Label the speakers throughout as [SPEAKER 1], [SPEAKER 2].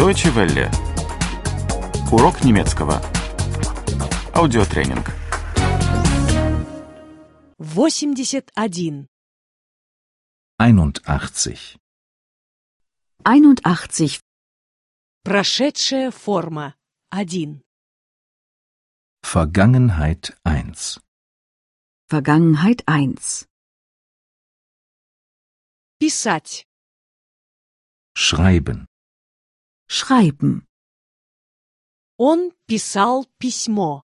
[SPEAKER 1] Deutsche Welle. Урок немецкого. Аудиотренинг.
[SPEAKER 2] 81.
[SPEAKER 3] 81.
[SPEAKER 4] 81.
[SPEAKER 2] Прошедшая форма. 1.
[SPEAKER 3] Vergangenheit 1.
[SPEAKER 4] Vergangenheit 1.
[SPEAKER 2] Писать.
[SPEAKER 3] Schreiben.
[SPEAKER 4] Schreiben.
[SPEAKER 2] Он писал письмо.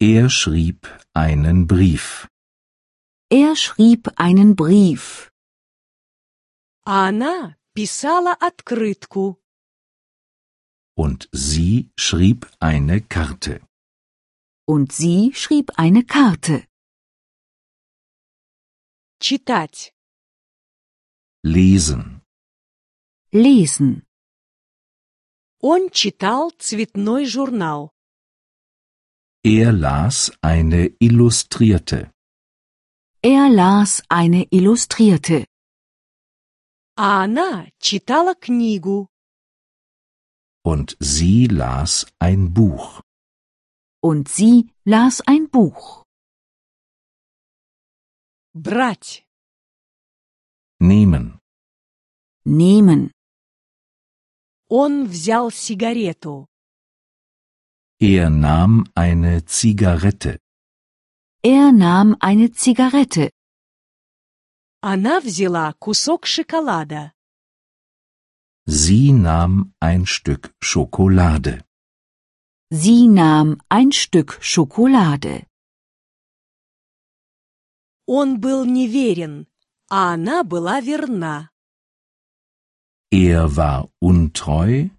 [SPEAKER 3] Er schrieb einen Brief.
[SPEAKER 4] Er schrieb einen Brief.
[SPEAKER 2] А она писала открытку.
[SPEAKER 3] Und sie schrieb eine Karte.
[SPEAKER 4] Und sie schrieb eine Karte.
[SPEAKER 2] Читать.
[SPEAKER 3] Lesen.
[SPEAKER 4] Lesen.
[SPEAKER 2] Он читал цветной журнал.
[SPEAKER 3] Er las eine Illustrierte.
[SPEAKER 4] Er las eine Illustrierte.
[SPEAKER 2] А она читала книгу.
[SPEAKER 3] Und sie las ein Buch.
[SPEAKER 4] Und sie las ein Buch.
[SPEAKER 2] Брать.
[SPEAKER 3] Nehmen.
[SPEAKER 4] Nehmen.
[SPEAKER 2] Он взял сигарету.
[SPEAKER 3] Er nahm eine Zigarette.
[SPEAKER 4] Er nahm eine Zigarette.
[SPEAKER 2] Она взяла кусок шоколада.
[SPEAKER 3] Sie nahm ein Stück Schokolade.
[SPEAKER 4] Sie nahm ein Stück Schokolade.
[SPEAKER 2] Он был неверен, а она была верна.
[SPEAKER 3] Er war untreu,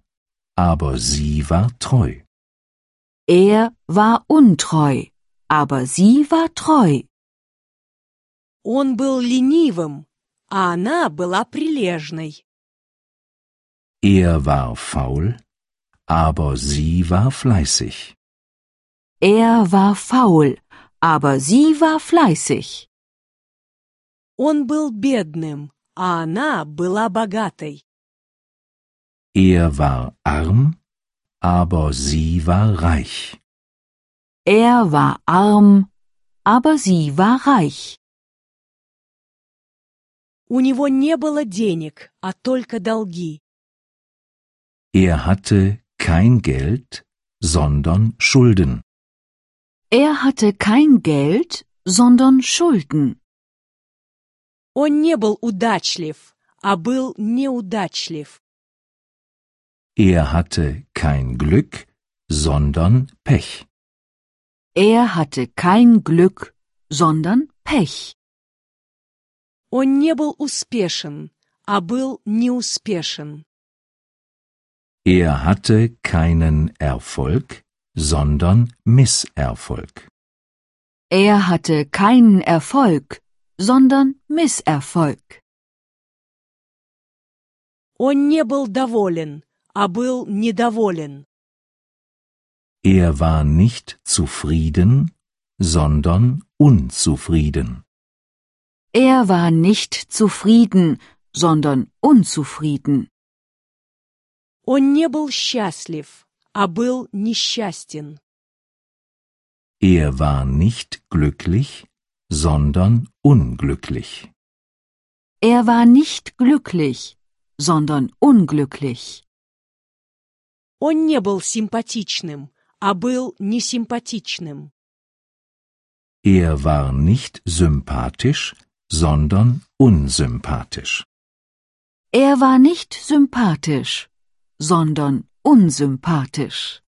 [SPEAKER 3] aber sie war treu.
[SPEAKER 4] Er war untreu, aber sie war treu.
[SPEAKER 2] Он был ленивым, а она была прилежной.
[SPEAKER 3] Er war faul, aber sie war fleißig.
[SPEAKER 4] Er war faul, aber sie war fleißig.
[SPEAKER 2] Он был бедным, а она была богатой.
[SPEAKER 3] Er war arm, aber sie war reich.
[SPEAKER 4] Er war arm, aber sie war reich.
[SPEAKER 2] У него не было денег, а только долги.
[SPEAKER 3] Er hatte kein Geld, sondern Schulden.
[SPEAKER 4] Er hatte kein Geld, sondern Schulden.
[SPEAKER 2] Он не был удачлив, а был неудачлив.
[SPEAKER 3] Er hatte kein Glück, sondern Pech.
[SPEAKER 4] Er hatte kein Glück, sondern Pech.
[SPEAKER 2] Он не был успешен, а был неуспешен.
[SPEAKER 3] Er hatte keinen Erfolg, sondern Misserfolg.
[SPEAKER 4] Er hatte keinen Erfolg, sondern Misserfolg.
[SPEAKER 2] Он не был доволен, а был недоволен.
[SPEAKER 3] Er war nicht zufrieden, sondern unzufrieden.
[SPEAKER 4] Er war nicht zufrieden, sondern unzufrieden.
[SPEAKER 2] Он не был счастлив, а был несчастен.
[SPEAKER 3] Er war nicht glücklich, sondern unglücklich.
[SPEAKER 4] Er war nicht glücklich, sondern unglücklich.
[SPEAKER 2] Он не был симпатичным, а был несимпатичным.
[SPEAKER 3] Er war nicht sympathisch, sondern unsympathisch.
[SPEAKER 4] Er war nicht sympathisch, sondern unsympathisch.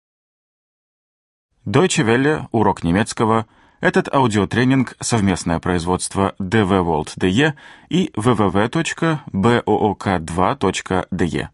[SPEAKER 1] Deutsche Welle. Урок немецкого. Этот аудиотренинг – совместное производство DW World DE и www.book2.de.